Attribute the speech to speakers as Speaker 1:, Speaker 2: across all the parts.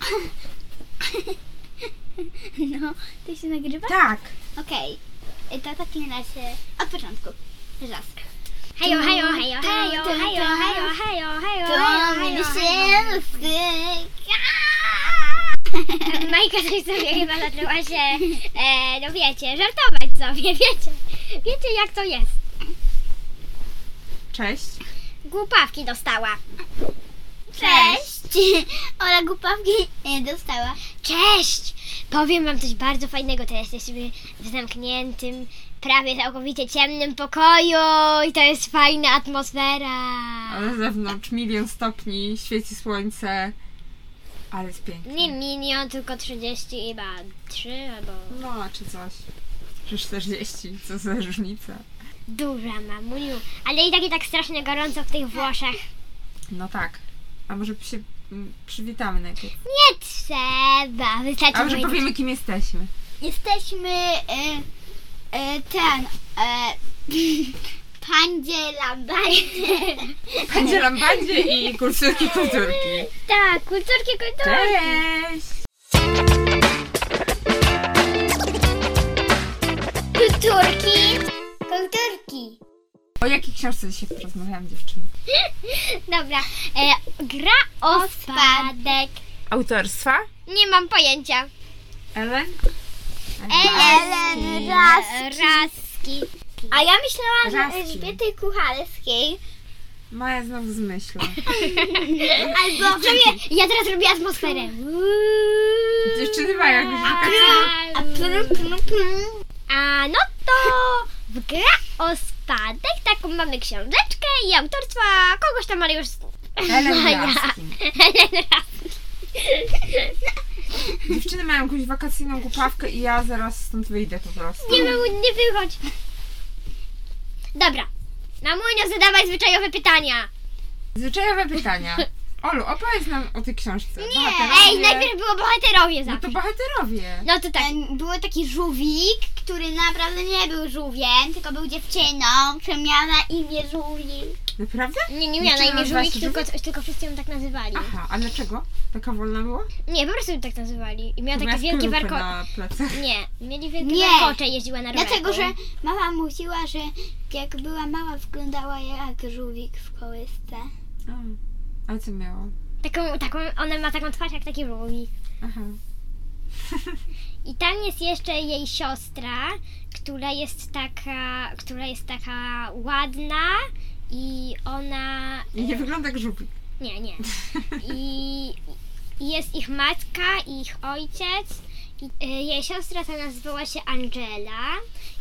Speaker 1: No, to się nagrywa?
Speaker 2: Tak.
Speaker 1: Okej, Y, to w takim razie od początku. Raz.
Speaker 3: Hejo, hejo, hejo, hejo, hejo, hejo, hejo, hejo, hejo, hejo. Majka coś sobie chyba zaczęła się, e, no wiecie, żartować sobie, wiecie. Wiecie jak to jest.
Speaker 2: Cześć.
Speaker 3: Głupawki dostała.
Speaker 1: Cześć! Ola Głupawki y, dostała.
Speaker 3: Cześć! Powiem wam coś bardzo fajnego. Teraz jesteśmy w zamkniętym, prawie całkowicie ciemnym pokoju i to jest fajna atmosfera.
Speaker 2: A na zewnątrz milion stopni, świeci słońce. Ale jest pięknie.
Speaker 3: Nie no. milion, tylko 30 chyba 3 albo...
Speaker 2: No, czy coś. Czy 40, co za różnica.
Speaker 3: Duża mamuniu. Ale i tak i tak strasznie gorąco w tych Włoszech.
Speaker 2: No tak. A może się mm, przywitamy najpierw.
Speaker 3: Nie trzeba,
Speaker 2: A
Speaker 3: wystarczy
Speaker 2: może
Speaker 3: powiedzieć.
Speaker 2: powiemy, kim jesteśmy.
Speaker 1: Jesteśmy y, y, ten. Y, Pandzie Lambandzie.
Speaker 2: Będzie Lambandzie i kursurki kulturki.
Speaker 3: Tak, kulturki, kulturki.
Speaker 2: Cześć!
Speaker 3: Kulturki. Kulturki.
Speaker 2: O jakiej książce dzisiaj porozmawiałam, dziewczyny?
Speaker 3: Dobra, e, gra o spadek.
Speaker 2: Autorstwa?
Speaker 3: Nie mam pojęcia.
Speaker 2: Ellen?
Speaker 1: Ellen Raski.
Speaker 3: Raski.
Speaker 1: A ja myślałam,
Speaker 2: Raski.
Speaker 1: że Elżbiety Kuchalskiej.
Speaker 2: Maja znowu zmyśla.
Speaker 1: Albo
Speaker 3: Zrobię, ja teraz robię atmosferę. Uuu.
Speaker 2: Dziewczyny mają jakąś
Speaker 1: A plum, plum, plum.
Speaker 3: A no to w gra o spadek taką mamy książeczkę i autorstwa kogoś tam Mariusz.
Speaker 2: Ellen
Speaker 3: Maja.
Speaker 2: Raski.
Speaker 3: Ellen Raski.
Speaker 2: Dziewczyny mają jakąś wakacyjną głupawkę i ja zaraz stąd wyjdę po prostu.
Speaker 3: Nie, wy- nie wychodź. Dobra. Mamunio, zadawaj zwyczajowe pytania.
Speaker 2: Zwyczajowe pytania. Olu, opowiedz nam o tej książce. Bohaterowie.
Speaker 3: Ej, najpierw było bohaterowie
Speaker 2: No to
Speaker 3: zawsze.
Speaker 2: bohaterowie.
Speaker 3: No to tak.
Speaker 1: Em, Był taki żółwik, który naprawdę nie był żółwiem, tylko był dziewczyną, która miała na imię żółwik.
Speaker 2: Naprawdę?
Speaker 3: Nie, nie miała na
Speaker 2: Dziewczyna
Speaker 3: imię
Speaker 2: nazywa się
Speaker 3: żółwik, tylko, tylko wszyscy ją tak nazywali.
Speaker 2: Aha, a dlaczego? Taka wolna była?
Speaker 3: Nie, po prostu ją tak nazywali. I miała
Speaker 2: Bo
Speaker 3: takie
Speaker 2: miała
Speaker 3: wielkie
Speaker 2: skorupy
Speaker 3: warkocze.
Speaker 2: na plecach.
Speaker 3: Nie, mieli wielkie
Speaker 1: Nie.
Speaker 3: warkocze, jeździła na rowerku.
Speaker 1: Dlatego, że mama mówiła, że jak była mała, wyglądała jak żółwik w kołysce.
Speaker 2: A, ale co miała?
Speaker 3: Taką, taką, ona ma taką twarz jak taki żółwik.
Speaker 2: Aha.
Speaker 3: I tam jest jeszcze jej siostra, która jest taka, która jest taka ładna i ona...
Speaker 2: I nie wygląda jak żółwik.
Speaker 3: Nie, nie. I i jest ich matka i ich ojciec. I, y, jej siostra ta nazywała się Angela.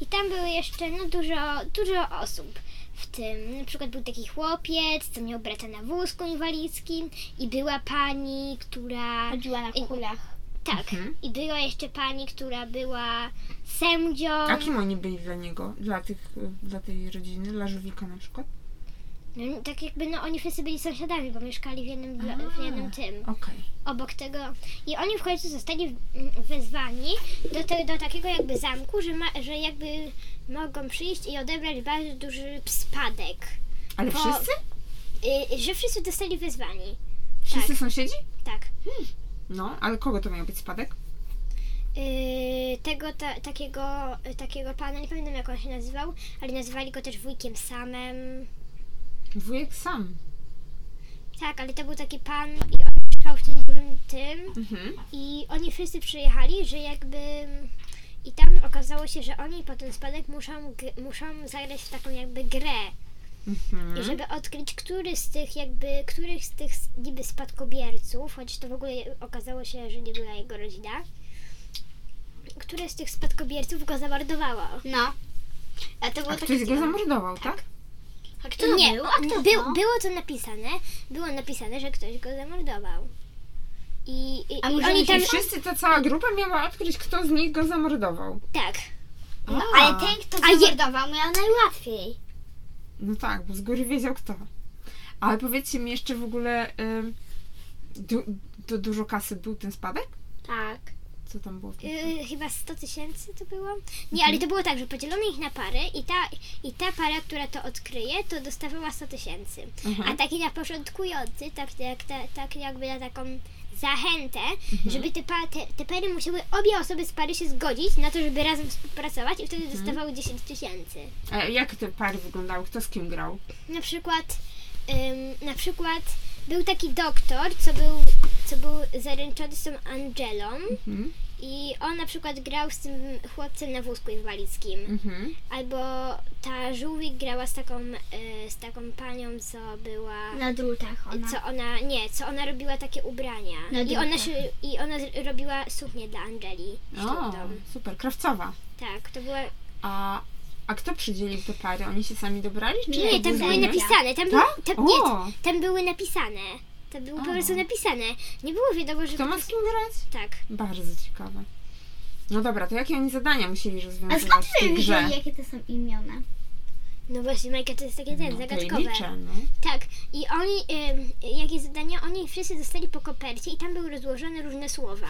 Speaker 3: I tam były jeszcze no, dużo, dużo osób. W tym na przykład był taki chłopiec, co miał brata na wózku inwalidzkim i była pani, która...
Speaker 1: Chodziła na kulach.
Speaker 3: Tak.
Speaker 2: Mhm.
Speaker 3: I była jeszcze pani, która była sędzią.
Speaker 2: A kim oni byli dla niego? Dla tych, y, dla tej rodziny? Dla żółwika na przykład?
Speaker 3: No, tak jakby no oni wszyscy byli sąsiadami, bo mieszkali w jednym, blo- w jednym tym.
Speaker 2: Okej.
Speaker 3: obok tego i oni w końcu zostali w- m, wezwani do, te, do takiego jakby zamku, że, ma, że jakby mogą przyjść i odebrać bardzo duży spadek.
Speaker 2: Ale
Speaker 3: Bo-
Speaker 2: wszyscy?
Speaker 3: Y, że wszyscy zostali wezwani.
Speaker 2: Wszyscy sąsiedzi?
Speaker 3: Tak.
Speaker 2: No, ale kogo to miał być spadek?
Speaker 3: Y, tego ta, takiego, y, takiego pana, nie pamiętam jak on się nazywał, ale nazywali go też wujkiem samem.
Speaker 2: Wujek sam.
Speaker 3: Tak, ale to był taki pan i on mieszkał w tym dużym tym.
Speaker 2: Mhm.
Speaker 3: I oni wszyscy przyjechali, że jakby. I tam okazało się, że oni po ten spadek muszą, g- muszą zagrać w taką jakby grę. I
Speaker 2: Mhm.
Speaker 3: żeby odkryć, który z tych jakby, których z tych s- niby spadkobierców, choć to w ogóle okazało się, że nie była jego rodzina, które z tych spadkobierców go zamordowało.
Speaker 1: No. A to było
Speaker 2: A
Speaker 1: takie...
Speaker 2: ktoś go zamordował, tak?
Speaker 1: A kto to
Speaker 3: nie,
Speaker 1: był?
Speaker 3: a kto był,
Speaker 1: no.
Speaker 3: było to napisane, było napisane, że ktoś go zamordował. I, i,
Speaker 1: A
Speaker 3: i
Speaker 1: możemy
Speaker 3: oni
Speaker 1: się
Speaker 3: tam...
Speaker 2: I wszyscy, ta cała grupa miała odkryć, kto z nich go zamordował.
Speaker 3: Tak.
Speaker 1: No,
Speaker 2: A.
Speaker 1: ale ten, kto
Speaker 3: A je-
Speaker 1: zamordował, miał najłatwiej.
Speaker 2: No tak, bo z góry wiedział kto. Ale powiedzcie mi jeszcze w ogóle, ym, du, to dużo kasy był ten spadek?
Speaker 1: Tak.
Speaker 2: Co tam było? w tym spadku?
Speaker 3: Yy, chyba 100 tysięcy to było? Nie, ale to było tak, że podzielono ich na pary i ta, i ta para, która to odkryje, to dostawała 100 tysięcy.
Speaker 2: Mhm.
Speaker 3: A taki na początkujący, tak, jak, ta, tak jakby na taką zachętę, żeby te, pa, te, te pary musiały obie osoby z pary się zgodzić na to, żeby razem współpracować i wtedy dostawały 10 tysięcy.
Speaker 2: E, jak te pary wyglądały? Kto z kim grał?
Speaker 3: Na przykład, ym, na przykład był taki doktor, co był, co był zaręczony z tą Angelą
Speaker 2: Mhm.
Speaker 3: i on na przykład grał z tym chłopcem na wózku inwalidzkim.
Speaker 2: Mhm.
Speaker 3: Albo ta żółwik grała z taką, y, z taką panią, co była...
Speaker 2: No,
Speaker 1: Na drutach ona.
Speaker 3: Co ona, nie, co ona robiła takie ubrania.
Speaker 1: Na
Speaker 3: I ona,
Speaker 1: drutach.
Speaker 3: się, I ona z- robiła suknię dla Angeli.
Speaker 2: O,
Speaker 3: Sztuką.
Speaker 2: super, krawcowa.
Speaker 3: Tak, to była.
Speaker 2: A, a kto przydzielił te pary? Oni się sami dobrali? Czy
Speaker 3: Nie,
Speaker 2: jakby
Speaker 3: tam były
Speaker 2: zgodnie?
Speaker 3: napisane. Tam,
Speaker 2: Tak?
Speaker 3: tam, nie,
Speaker 2: O!
Speaker 3: tam były napisane. To było po
Speaker 2: A.
Speaker 3: prostu napisane. Nie było wiadomo, że.
Speaker 2: Kto
Speaker 3: po
Speaker 2: ma z
Speaker 3: prostu-
Speaker 2: kim grać?
Speaker 3: Tak.
Speaker 2: Bardzo ciekawe. No dobra, to jakie oni zadania musieli
Speaker 1: A
Speaker 2: rozwiązywać
Speaker 1: skąd
Speaker 2: w
Speaker 1: wy
Speaker 2: tej grze?
Speaker 1: wiedzieli, jakie to są imiona?
Speaker 3: No właśnie, Majka, to jest takie ten,
Speaker 2: No,
Speaker 3: zagadkowe.
Speaker 2: tajemnicze, no.
Speaker 3: Tak. I oni, ym, jakie zadania, oni wszyscy dostali po kopercie i tam były rozłożone różne słowa.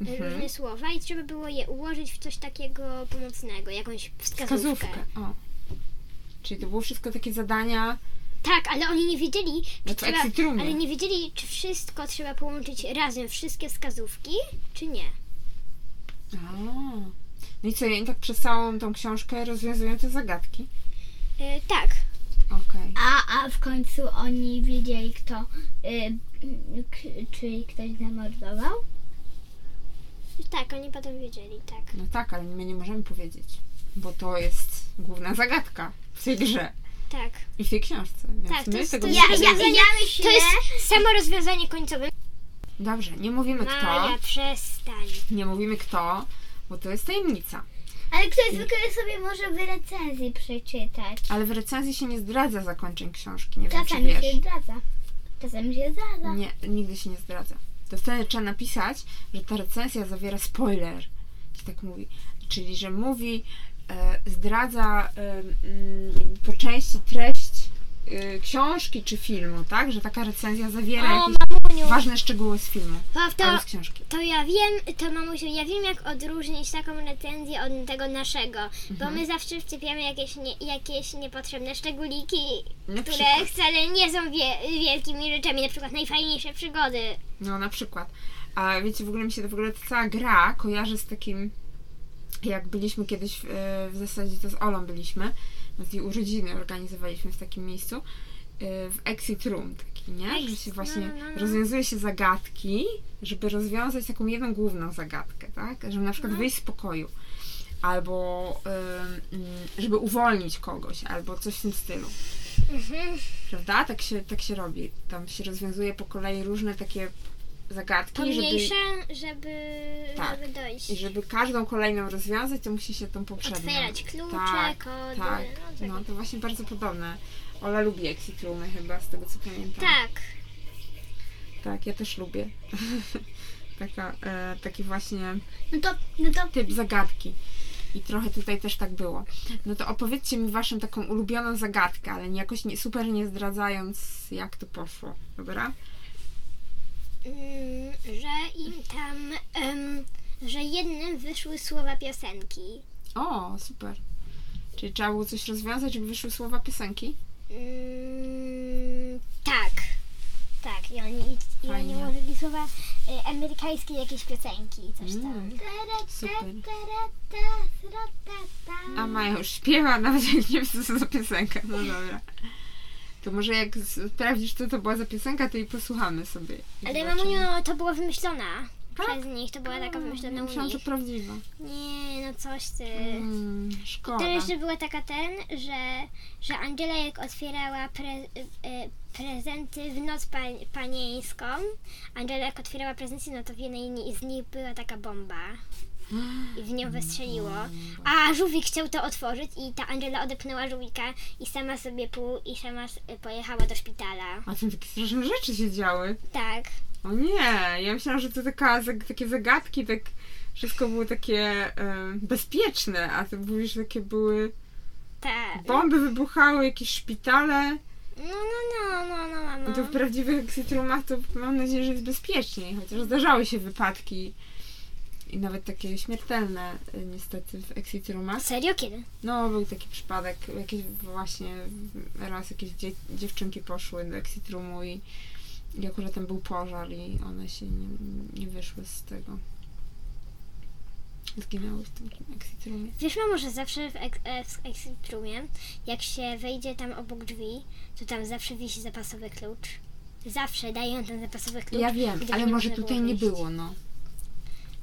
Speaker 2: Mhm.
Speaker 3: Różne słowa i trzeba było je ułożyć w coś takiego pomocnego, jakąś wskazówkę.
Speaker 2: Wskazówkę. O. Czyli to było wszystko takie zadania.
Speaker 3: Tak, ale oni nie wiedzieli,
Speaker 2: No to
Speaker 3: czy trzeba,
Speaker 2: exitrumie.
Speaker 3: ale nie wiedzieli, czy wszystko trzeba połączyć razem, wszystkie wskazówki, czy nie.
Speaker 2: A. No i co, i tak przez całą tą książkę rozwiązują te zagadki.
Speaker 3: Y, tak,
Speaker 2: Okej.
Speaker 1: A, a w końcu oni wiedzieli, kto, y, k, czy ktoś zamordował?
Speaker 3: tak, oni potem wiedzieli, tak.
Speaker 2: No tak, ale my nie możemy powiedzieć, bo to jest główna zagadka w tej grze
Speaker 3: Tak.
Speaker 2: i No w tej książce. Więc
Speaker 3: Tak, to
Speaker 2: my
Speaker 3: jest-
Speaker 2: tego
Speaker 3: to
Speaker 2: nie
Speaker 1: Ja,
Speaker 3: jest-
Speaker 2: możemy-
Speaker 1: ja, ja myślę,
Speaker 3: To jest samo rozwiązanie końcowe.
Speaker 2: Dobrze, nie mówimy
Speaker 3: No,
Speaker 2: kto,
Speaker 3: Maja, przestań.
Speaker 2: nie mówimy kto, bo to jest tajemnica.
Speaker 1: ale ktoś zwykle sobie może w recenzji przeczytać.
Speaker 2: Ale w recenzji się nie zdradza zakończeń książki, nie wiem czy
Speaker 1: Czasami się
Speaker 2: Znaczy, wiesz. Mm.
Speaker 1: zdradza. Czasami się zdradza.
Speaker 2: Nie, nigdy się nie zdradza. To wtedy trzeba napisać, że ta recenzja zawiera spoiler, się tak mówi. Czyli, że mówi, e, zdradza e, mm, po części treść e, książki czy filmu, tak? Że taka recenzja zawiera
Speaker 3: O,
Speaker 2: jakieś
Speaker 3: mamuniu.
Speaker 2: ważne szczegóły z filmu
Speaker 3: Paw,
Speaker 2: albo
Speaker 3: to,
Speaker 2: z książki.
Speaker 3: to ja wiem, to mamusiu, ja wiem jak odróżnić taką recenzję od tego naszego,
Speaker 2: Mhm.
Speaker 3: bo my zawsze wczepiamy jakieś, nie, jakieś niepotrzebne szczególiki,
Speaker 2: Na
Speaker 3: które
Speaker 2: przykład.
Speaker 3: wcale nie są wie, wielkimi rzeczami, na przykład najfajniejsze przygody.
Speaker 2: No, na przykład. A wiecie, w ogóle mi się to w ogóle ta cała gra kojarzy z takim, jak byliśmy kiedyś, w- e, w zasadzie to z Olą byliśmy, na tej urodziny organizowaliśmy w takim miejscu, e, w Exit Room taki, nie? Że
Speaker 3: Exit,
Speaker 2: się
Speaker 3: no,
Speaker 2: właśnie
Speaker 3: no, no.
Speaker 2: rozwiązuje się zagadki, żeby rozwiązać taką jedną główną zagadkę, tak? Żeby na
Speaker 3: Mhm.
Speaker 2: przykład wyjść z pokoju. Albo ym, mm, żeby uwolnić kogoś, albo coś w tym stylu
Speaker 3: Mhm.
Speaker 2: prawda? Tak się, tak się robi. Tam się rozwiązuje po kolei różne takie zagadki, żeby,
Speaker 3: Pomniejsze, żeby,
Speaker 2: Tak.
Speaker 3: żeby dojść.
Speaker 2: i żeby każdą kolejną rozwiązać, to musi się tą poprzednią.
Speaker 3: Otwierać klucze,
Speaker 2: tak,
Speaker 3: kody.
Speaker 2: tak.
Speaker 3: no,
Speaker 2: No
Speaker 3: tak.
Speaker 2: to właśnie bardzo podobne. Ola lubi exit roomy chyba, z tego co pamiętam.
Speaker 3: tak.
Speaker 2: Tak, ja też lubię. Taka, e, taki właśnie
Speaker 1: No to, no to
Speaker 2: typ zagadki. I trochę tutaj też tak było. No to opowiedzcie mi waszą taką ulubioną zagadkę, ale nie- jakoś nie, super nie zdradzając, jak to poszło. Dobra?
Speaker 3: Mm, że im tam, em, że jednym wyszły słowa piosenki.
Speaker 2: O, super. Czyli trzeba było coś rozwiązać, żeby wyszły słowa piosenki?
Speaker 3: Mm, tak. Tak, i oni, i oni
Speaker 2: Yy, Fajnie.
Speaker 3: ułożyli słowa y, amerykańskie jakieś piosenki i coś tam.
Speaker 2: Mm, super.
Speaker 1: Super.
Speaker 2: A Maja już śpiewa, nawet jak nie wiem, co to za piosenka. No dobra. To może jak z- sprawdzisz, co to była za piosenka, to i posłuchamy sobie. i
Speaker 3: Ale
Speaker 2: zobaczymy.
Speaker 3: mamuniu, to była wymyślona
Speaker 2: Tak?
Speaker 3: przez nich, to była taka wymyślona u
Speaker 2: Myślałam, że
Speaker 3: nich.
Speaker 2: prawdziwa.
Speaker 3: Nie, no coś ty.
Speaker 2: Mm, szkoda.
Speaker 3: To jeszcze była taka ten, że, że Angela jak otwierała pre, e, prezenty w noc pań, panieńską, Angela jak otwierała prezenty, no to w jednej ni- z nich była taka bomba i w nią wystrzeliło. A żółwik chciał to otworzyć i ta Angela odepchnęła żółwika i sama sobie pół i sama s- pojechała do szpitala.
Speaker 2: A tam takie straszne rzeczy się działy.
Speaker 3: Tak.
Speaker 2: O nie, ja myślałam, że to taka, zag- takie zagadki, tak wszystko było takie em, bezpieczne, a ty mówisz, że takie były...
Speaker 3: Ta,
Speaker 2: Bomby wybuchały, jakieś szpitale.
Speaker 3: no, no, no, no, no, mamo.
Speaker 2: No to w prawdziwych exitrumach to mam nadzieję, że jest bezpieczniej, chociaż zdarzały się wypadki i nawet takie śmiertelne y, niestety w exitrumach.
Speaker 3: Serio? Kiedy?
Speaker 2: No, był taki przypadek, jakieś właśnie raz jakieś dzie- dziewczynki poszły do exitrumu i I akurat tam był pożar i one się nie, nie wyszły z tego. Zginęły w tym exit roomie.
Speaker 3: Wiesz, mamo, że zawsze w, ek- e, w exit roomie, jak się wejdzie tam obok drzwi, to tam zawsze wisi zapasowy klucz. Zawsze dają ten zapasowy klucz.
Speaker 2: Ja wiem,
Speaker 3: gdyby
Speaker 2: ale może
Speaker 3: można
Speaker 2: tutaj nie
Speaker 3: wyjść.
Speaker 2: było, no.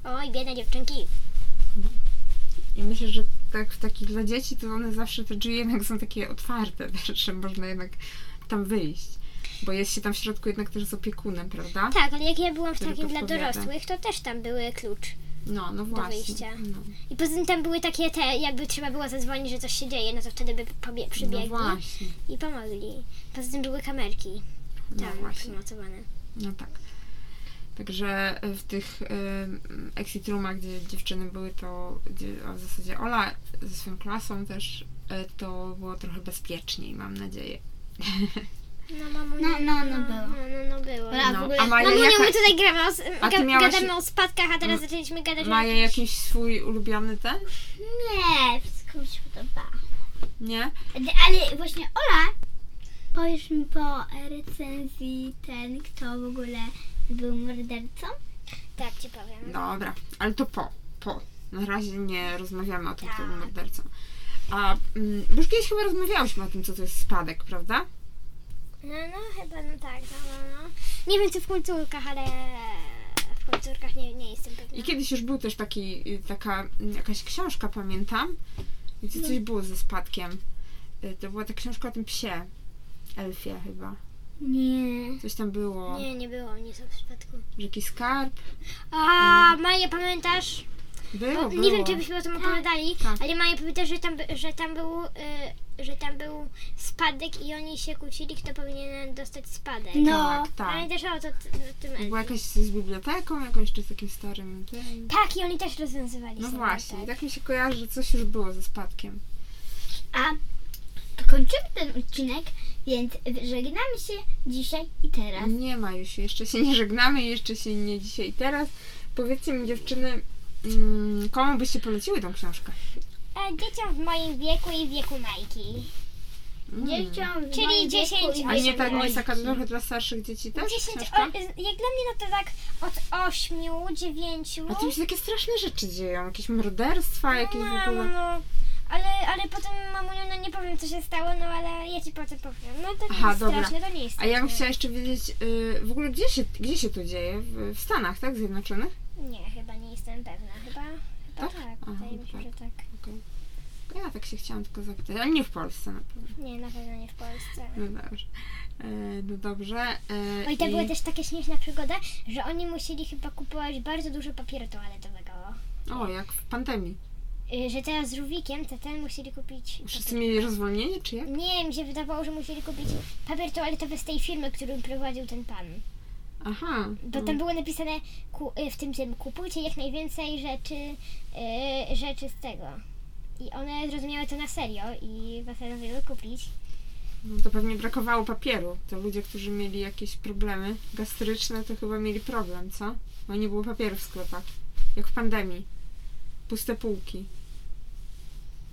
Speaker 3: Oj, biedne dziewczynki.
Speaker 2: I myślę, że tak w takich dla dzieci to one zawsze te drzwi jednak są takie otwarte, wiesz, że można jednak tam wyjść. Bo jest się tam w środku jednak też z opiekunem, prawda?
Speaker 3: Tak, ale jak ja byłam w
Speaker 2: Który
Speaker 3: takim
Speaker 2: to
Speaker 3: dla
Speaker 2: odpowiada.
Speaker 3: dorosłych, to też tam były klucz.
Speaker 2: No, no właśnie.
Speaker 3: wyjścia.
Speaker 2: No,
Speaker 3: I poza tym tam były takie te, jakby trzeba było zadzwonić, że coś się dzieje, no to wtedy by pobie-
Speaker 2: no
Speaker 3: przybiegli
Speaker 2: właśnie.
Speaker 3: i pomogli. Poza tym były kamerki
Speaker 2: No
Speaker 3: tam
Speaker 2: właśnie.
Speaker 3: przymocowane.
Speaker 2: No tak. Także e, w tych em, exit roomach, gdzie dziewczyny były, to gdzie, a w zasadzie Ola ze swoją klasą też, e, to było trochę bezpieczniej, mam nadzieję.
Speaker 3: No mamo,
Speaker 1: No, no, no było.
Speaker 3: No, no, no było.
Speaker 1: Bra- A w ogóle-
Speaker 2: a Maja,
Speaker 3: Mamuniu,
Speaker 2: jaka,
Speaker 3: my tutaj gramy o, s-
Speaker 2: A ty
Speaker 3: ga,
Speaker 2: miałaś-
Speaker 3: gadamy o spadkach, a teraz zaczęliśmy gadać o
Speaker 2: Maja
Speaker 3: jakichś-
Speaker 2: jakiś swój ulubiony ten?
Speaker 1: Nie, wszystko mi się podoba.
Speaker 2: Nie?
Speaker 1: D- Ale właśnie Ola, powiesz mi po recenzji ten, kto w ogóle był mordercą?
Speaker 3: Tak ci powiem.
Speaker 2: Dobra, ale to po, po. Na razie nie rozmawiamy o tym, kto był
Speaker 3: Tak.
Speaker 2: mordercą. A, mm, bo już kiedyś chyba rozmawiałyśmy o tym, co to jest spadek, prawda?
Speaker 3: No, no, chyba no tak, no, no, no. Nie wiem co w kulturkach, ale w kulturkach nie, nie jestem pewna.
Speaker 2: I kiedyś już był też taki, y, taka y, jakaś książka, pamiętam, gdzie coś
Speaker 3: No.
Speaker 2: było ze spadkiem. Y, To była ta książka o tym psie. Elfie chyba.
Speaker 1: Nie.
Speaker 2: Coś tam było,
Speaker 3: Nie, nie było, nie są w spadku.
Speaker 2: że jakiś skarb.
Speaker 3: A, Maja, pamiętasz?
Speaker 2: Było,
Speaker 3: Bo
Speaker 2: Mhm. było.
Speaker 3: No, nie wiem, czy byśmy o tym opowiadali,
Speaker 2: tak.
Speaker 3: ale Maja powiedziała, że tam, by- że tam był, y, że tam był spadek i oni się kłócili, kto powinien dostać spadek.
Speaker 1: No.
Speaker 2: Tak, tak.
Speaker 3: Pamiętasz o, to, o tym
Speaker 2: Była
Speaker 3: Elfie?
Speaker 2: jakaś z biblioteką, jakąś czy z takim starym tym.
Speaker 3: Tak, i oni też rozwiązywali
Speaker 2: No
Speaker 3: sobie,
Speaker 2: właśnie, i
Speaker 3: tak.
Speaker 2: tak mi się kojarzy, że coś już było ze spadkiem.
Speaker 1: A kończymy ten odcinek, więc żegnamy się dzisiaj i teraz.
Speaker 2: Nie ma już, jeszcze się nie żegnamy, jeszcze się nie dzisiaj i teraz. Powiedzcie mi dziewczyny, mm, komu byście poleciły tą książkę?
Speaker 3: E, dzieciom w moim wieku i wieku Majki.
Speaker 2: Mm.
Speaker 1: Dzieciom w
Speaker 3: Czyli
Speaker 1: moim wieku
Speaker 3: 10
Speaker 1: i
Speaker 2: A nie tak, nie
Speaker 1: dzieciom
Speaker 2: jest taka
Speaker 1: moich.
Speaker 2: trochę dla starszych dzieci też
Speaker 3: 10,
Speaker 2: książka?
Speaker 3: o, jak dla mnie no to tak od 8, 9.
Speaker 2: A tam się takie straszne rzeczy dzieją, jakieś morderstwa, jakieś
Speaker 3: no,
Speaker 2: w
Speaker 3: no,
Speaker 2: ogóle...
Speaker 3: no. Ale, ale potem mamuniu, no nie powiem co się stało, no ale ja ci potem powiem. No to nie
Speaker 2: Aha,
Speaker 3: jest
Speaker 2: dobra.
Speaker 3: straszne, to nie jest
Speaker 2: A ja bym
Speaker 3: straszne.
Speaker 2: chciała jeszcze wiedzieć, y, w ogóle gdzie się, gdzie się to dzieje? W, w Stanach, tak? Zjednoczonych?
Speaker 3: Nie, chyba nie jestem pewna. Chyba, chyba
Speaker 2: Tak?
Speaker 3: tak.
Speaker 2: Aha,
Speaker 3: Wydaje mi się,
Speaker 2: tak.
Speaker 3: że tak.
Speaker 2: Ja tak się chciałam tylko zapytać, ale nie w Polsce na pewno.
Speaker 3: Nie, na pewno nie w Polsce.
Speaker 2: No dobrze. E, no dobrze. e,
Speaker 3: O i to była tak też taka śmieszna przygoda, że oni musieli chyba kupować bardzo dużo papieru toaletowego.
Speaker 2: O, jak w pandemii.
Speaker 3: Y, Że teraz z Ruwikiem, to ten musieli kupić.
Speaker 2: Wszyscy mieli rozwolnienie, czy jak?
Speaker 3: Nie, mi się wydawało, że musieli kupić papier toaletowy z tej firmy, którą prowadził ten pan.
Speaker 2: Aha.
Speaker 3: Bo tam było napisane ku, y, w tym tym kupujcie jak najwięcej rzeczy, y, rzeczy z tego. I one zrozumiały to na serio i postanowiły kupić.
Speaker 2: No to pewnie brakowało papieru. To ludzie, którzy mieli jakieś problemy gastryczne, to chyba mieli problem, co? Bo nie było papieru w sklepach. Jak w pandemii. Puste półki.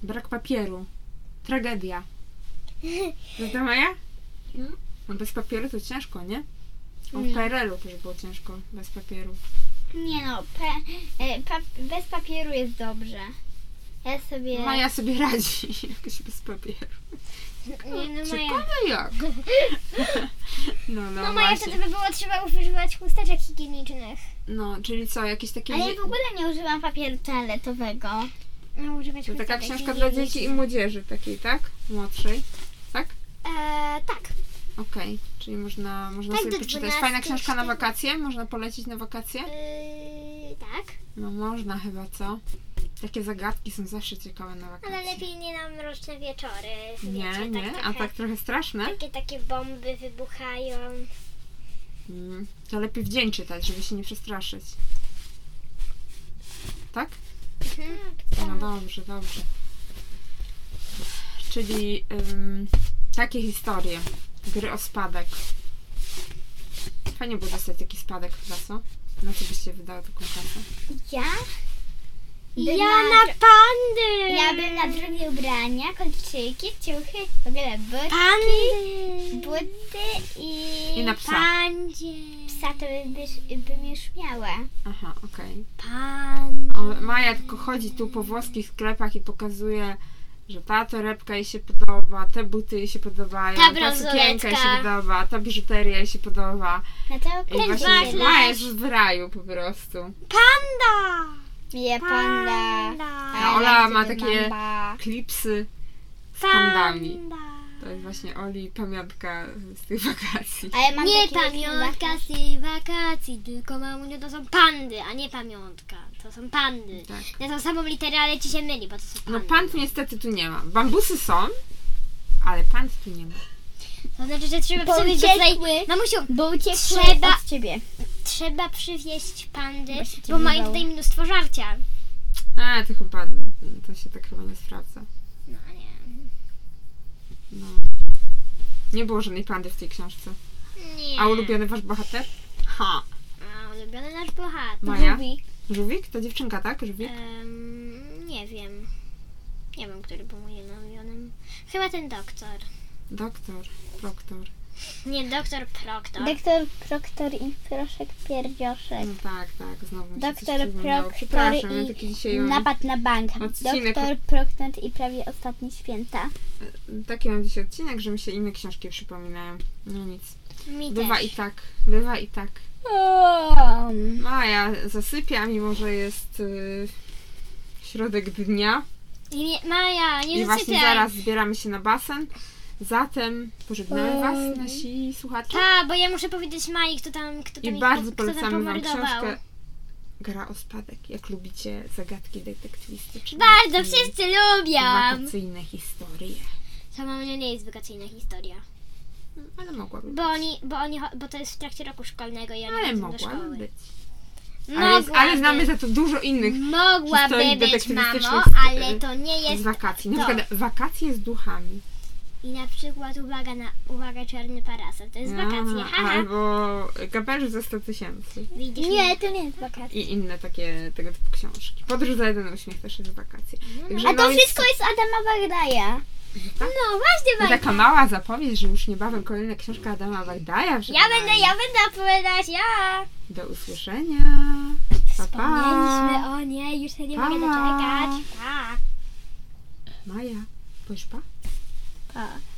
Speaker 2: Brak papieru. Tragedia. Prawda Maja?
Speaker 1: No.
Speaker 2: No bez papieru to ciężko, nie? O,
Speaker 1: Nie.
Speaker 2: w PRL-u też było ciężko bez papieru.
Speaker 1: Nie no, pe, e, pa, bez papieru jest dobrze. Ja sobie...
Speaker 2: Maja sobie radzi jakoś bez papieru.
Speaker 3: Nie, no moja.
Speaker 2: Ciekawe jak. No, no,
Speaker 3: No moja
Speaker 2: właśnie.
Speaker 3: wtedy by było trzeba używać chusteczek higienicznych.
Speaker 2: No, czyli co, jakieś takie...
Speaker 1: A ja w ogóle nie używam papieru toaletowego.
Speaker 3: No używać
Speaker 2: To
Speaker 3: chusteczek
Speaker 2: taka książka dla dzieci i młodzieży takiej, tak? Młodszej. Tak?
Speaker 1: E,
Speaker 3: Eee, tak.
Speaker 2: Okej, czyli można, można
Speaker 3: Tak,
Speaker 2: sobie
Speaker 3: do
Speaker 2: poczytać.
Speaker 3: 12,
Speaker 2: Fajna książka na
Speaker 3: czterna-
Speaker 2: wakacje? Można polecić na wakacje?
Speaker 3: Eee, tak.
Speaker 2: No można chyba, co? Takie zagadki są zawsze ciekawe na
Speaker 3: Ale
Speaker 2: wakacje.
Speaker 3: lepiej nie na mroczne wieczory.
Speaker 2: Nie,
Speaker 3: wiecie,
Speaker 2: nie,
Speaker 3: tak,
Speaker 2: a tak
Speaker 3: trochę-
Speaker 2: trochę straszne.
Speaker 3: Takie takie bomby wybuchają.
Speaker 2: Mm, To lepiej w dzień czytać, żeby się nie przestraszyć. Tak?
Speaker 3: Mhm.
Speaker 2: No dobrze, dobrze. Czyli ym, takie historie. Gry o spadek. Fajnie było dostać taki spadek chyba, co? Na co byście wydały taką kasę?
Speaker 1: Ja? Bym
Speaker 3: Ja
Speaker 1: na
Speaker 3: na pandy!
Speaker 1: Ja bym na drugie ubrania, kolczyki, ciuchy, w ogóle but,
Speaker 3: Pandy!
Speaker 1: buty i,
Speaker 2: I na psa.
Speaker 3: Tak. Pandzie!
Speaker 1: psa to by- byś- bym już miała.
Speaker 2: Aha, okej.
Speaker 3: Pandzie!
Speaker 2: O, Maja tylko chodzi tu po włoskich sklepach i pokazuje, że ta torebka jej się podoba, te buty jej się podobają,
Speaker 3: Ta
Speaker 2: ta sukienka jej
Speaker 3: bransoletka.
Speaker 2: się podoba, ta biżuteria jej się podoba.
Speaker 1: Na całą
Speaker 2: I właśnie
Speaker 1: kolczyki.
Speaker 2: Maja jest w raju po prostu.
Speaker 3: Panda!
Speaker 1: Bije panda.
Speaker 2: A
Speaker 1: I
Speaker 2: Ola
Speaker 1: like
Speaker 2: ma
Speaker 1: to the
Speaker 2: takie
Speaker 1: mamba.
Speaker 2: klipsy z pandami.
Speaker 3: Panda.
Speaker 2: To jest właśnie Oli pamiątka z tych wakacji.
Speaker 1: A ja mam
Speaker 3: Nie
Speaker 1: takie
Speaker 3: pamiątka z tej wakacji, tylko mamuniu to są pandy, a nie pamiątka. To są pandy.
Speaker 2: Tak.
Speaker 3: Na tą samą literę, ale ci się myli, bo to są
Speaker 2: No
Speaker 3: pandy.
Speaker 2: pant niestety tu nie ma. Bambusy są, ale pant tu nie ma.
Speaker 3: To znaczy, że trzeba
Speaker 1: Bo
Speaker 3: przywieźć tutaj...
Speaker 1: uciekły.
Speaker 3: Mamusiu,
Speaker 1: Bo uciekły
Speaker 3: Trzeba-
Speaker 1: od ciebie.
Speaker 3: trzeba przywieźć pandy,
Speaker 1: Bo się ci
Speaker 3: bo mają
Speaker 1: wydało.
Speaker 3: tutaj mnóstwo żarcia.
Speaker 2: A, to chyba, to się tak chyba nie sprawdza.
Speaker 3: No nie.
Speaker 2: No. Nie było żadnej pandy w tej książce.
Speaker 3: Nie.
Speaker 2: A ulubiony wasz bohater? Ha!
Speaker 3: A ulubiony nasz bohater.
Speaker 2: Maja?
Speaker 1: Lubi.
Speaker 2: Żółwik? To dziewczynka, tak? Żółwik?
Speaker 3: Em, nie wiem. Nie wiem, który był moim ulubionym. Chyba ten doktor.
Speaker 2: Doktor, proktor.
Speaker 3: Nie, doktor Proktor.
Speaker 1: Doktor, proktor i proszek pierdzioszek.
Speaker 2: No tak, tak, znowu mi się coś
Speaker 1: Doktor,
Speaker 2: przypomniało.
Speaker 1: proktor
Speaker 2: Przepraszam, ja
Speaker 1: i
Speaker 2: taki dzisiaj mam,
Speaker 1: Napad na bank.
Speaker 2: Odcinek.
Speaker 1: Doktor, proktor i prawie ostatnie święta.
Speaker 2: taki mam dzisiaj odcinek, że mi się inne książki przypominają. No nic.
Speaker 3: Mi
Speaker 2: Bywa
Speaker 3: też.
Speaker 2: i tak, bywa i tak.
Speaker 1: Um.
Speaker 2: Maja zasypia, mimo że jest y, środek dnia.
Speaker 3: I nie, Maja, nie
Speaker 2: I właśnie
Speaker 3: zasypiaj.
Speaker 2: zaraz zbieramy się na basen. Zatem pożegnamy Was, nasi słuchacze.
Speaker 3: Ta, bo ja muszę powiedzieć Maji, kto tam, kto tam
Speaker 2: I
Speaker 3: ich-
Speaker 2: bardzo
Speaker 3: kto tam
Speaker 2: polecamy Wam
Speaker 3: pomordował.
Speaker 2: książkę Gra o spadek, jak lubicie zagadki detektywistyczne.
Speaker 3: Bardzo,
Speaker 2: i
Speaker 3: wszyscy lubią.
Speaker 2: Wakacyjne historie.
Speaker 3: To mam nie jest wakacyjna historia.
Speaker 2: Ale mogłaby
Speaker 3: Bo oni, bo oni, cho- bo to jest w trakcie roku szkolnego i oni
Speaker 2: Ale
Speaker 3: chodzą do
Speaker 2: mogłaby
Speaker 3: szkoły. No
Speaker 2: być. Ale, jest, ale
Speaker 3: Mogłaby.
Speaker 2: znamy za to dużo innych historii
Speaker 3: Mogłaby być,
Speaker 2: detektywistycznych
Speaker 3: mamo,
Speaker 2: z-
Speaker 3: ale to nie
Speaker 2: z
Speaker 3: jest
Speaker 2: wakacji. Na
Speaker 3: to.
Speaker 2: przykład wakacje z duchami.
Speaker 3: I na przykład uwaga na uwaga czarny parasol. To jest wakacje.
Speaker 2: A,
Speaker 3: Haha.
Speaker 2: albo kapelusz za 100 tysięcy.
Speaker 3: Widzisz?
Speaker 1: Nie, to nie jest wakacje.
Speaker 2: I inne takie tego typu książki. Podróż za jeden uśmiech też jest wakacje. Także
Speaker 1: A to
Speaker 2: no jest-
Speaker 1: wszystko jest Adama Bagdaja.
Speaker 2: tak?
Speaker 3: No właśnie,
Speaker 2: To
Speaker 3: Maja.
Speaker 2: taka mała zapowiedź, że już niebawem kolejna książka Adama Bagdaja.
Speaker 3: Ja będę, ja
Speaker 2: tak.
Speaker 3: będę opowiadać, ja.
Speaker 2: Do usłyszenia. Pa,
Speaker 3: Wspomnieliśmy
Speaker 2: pa.
Speaker 3: o niej, już się nie
Speaker 2: Pa.
Speaker 3: tak. mogę doczekać. Pa.
Speaker 2: Maja, powiesz pa?
Speaker 1: Pa.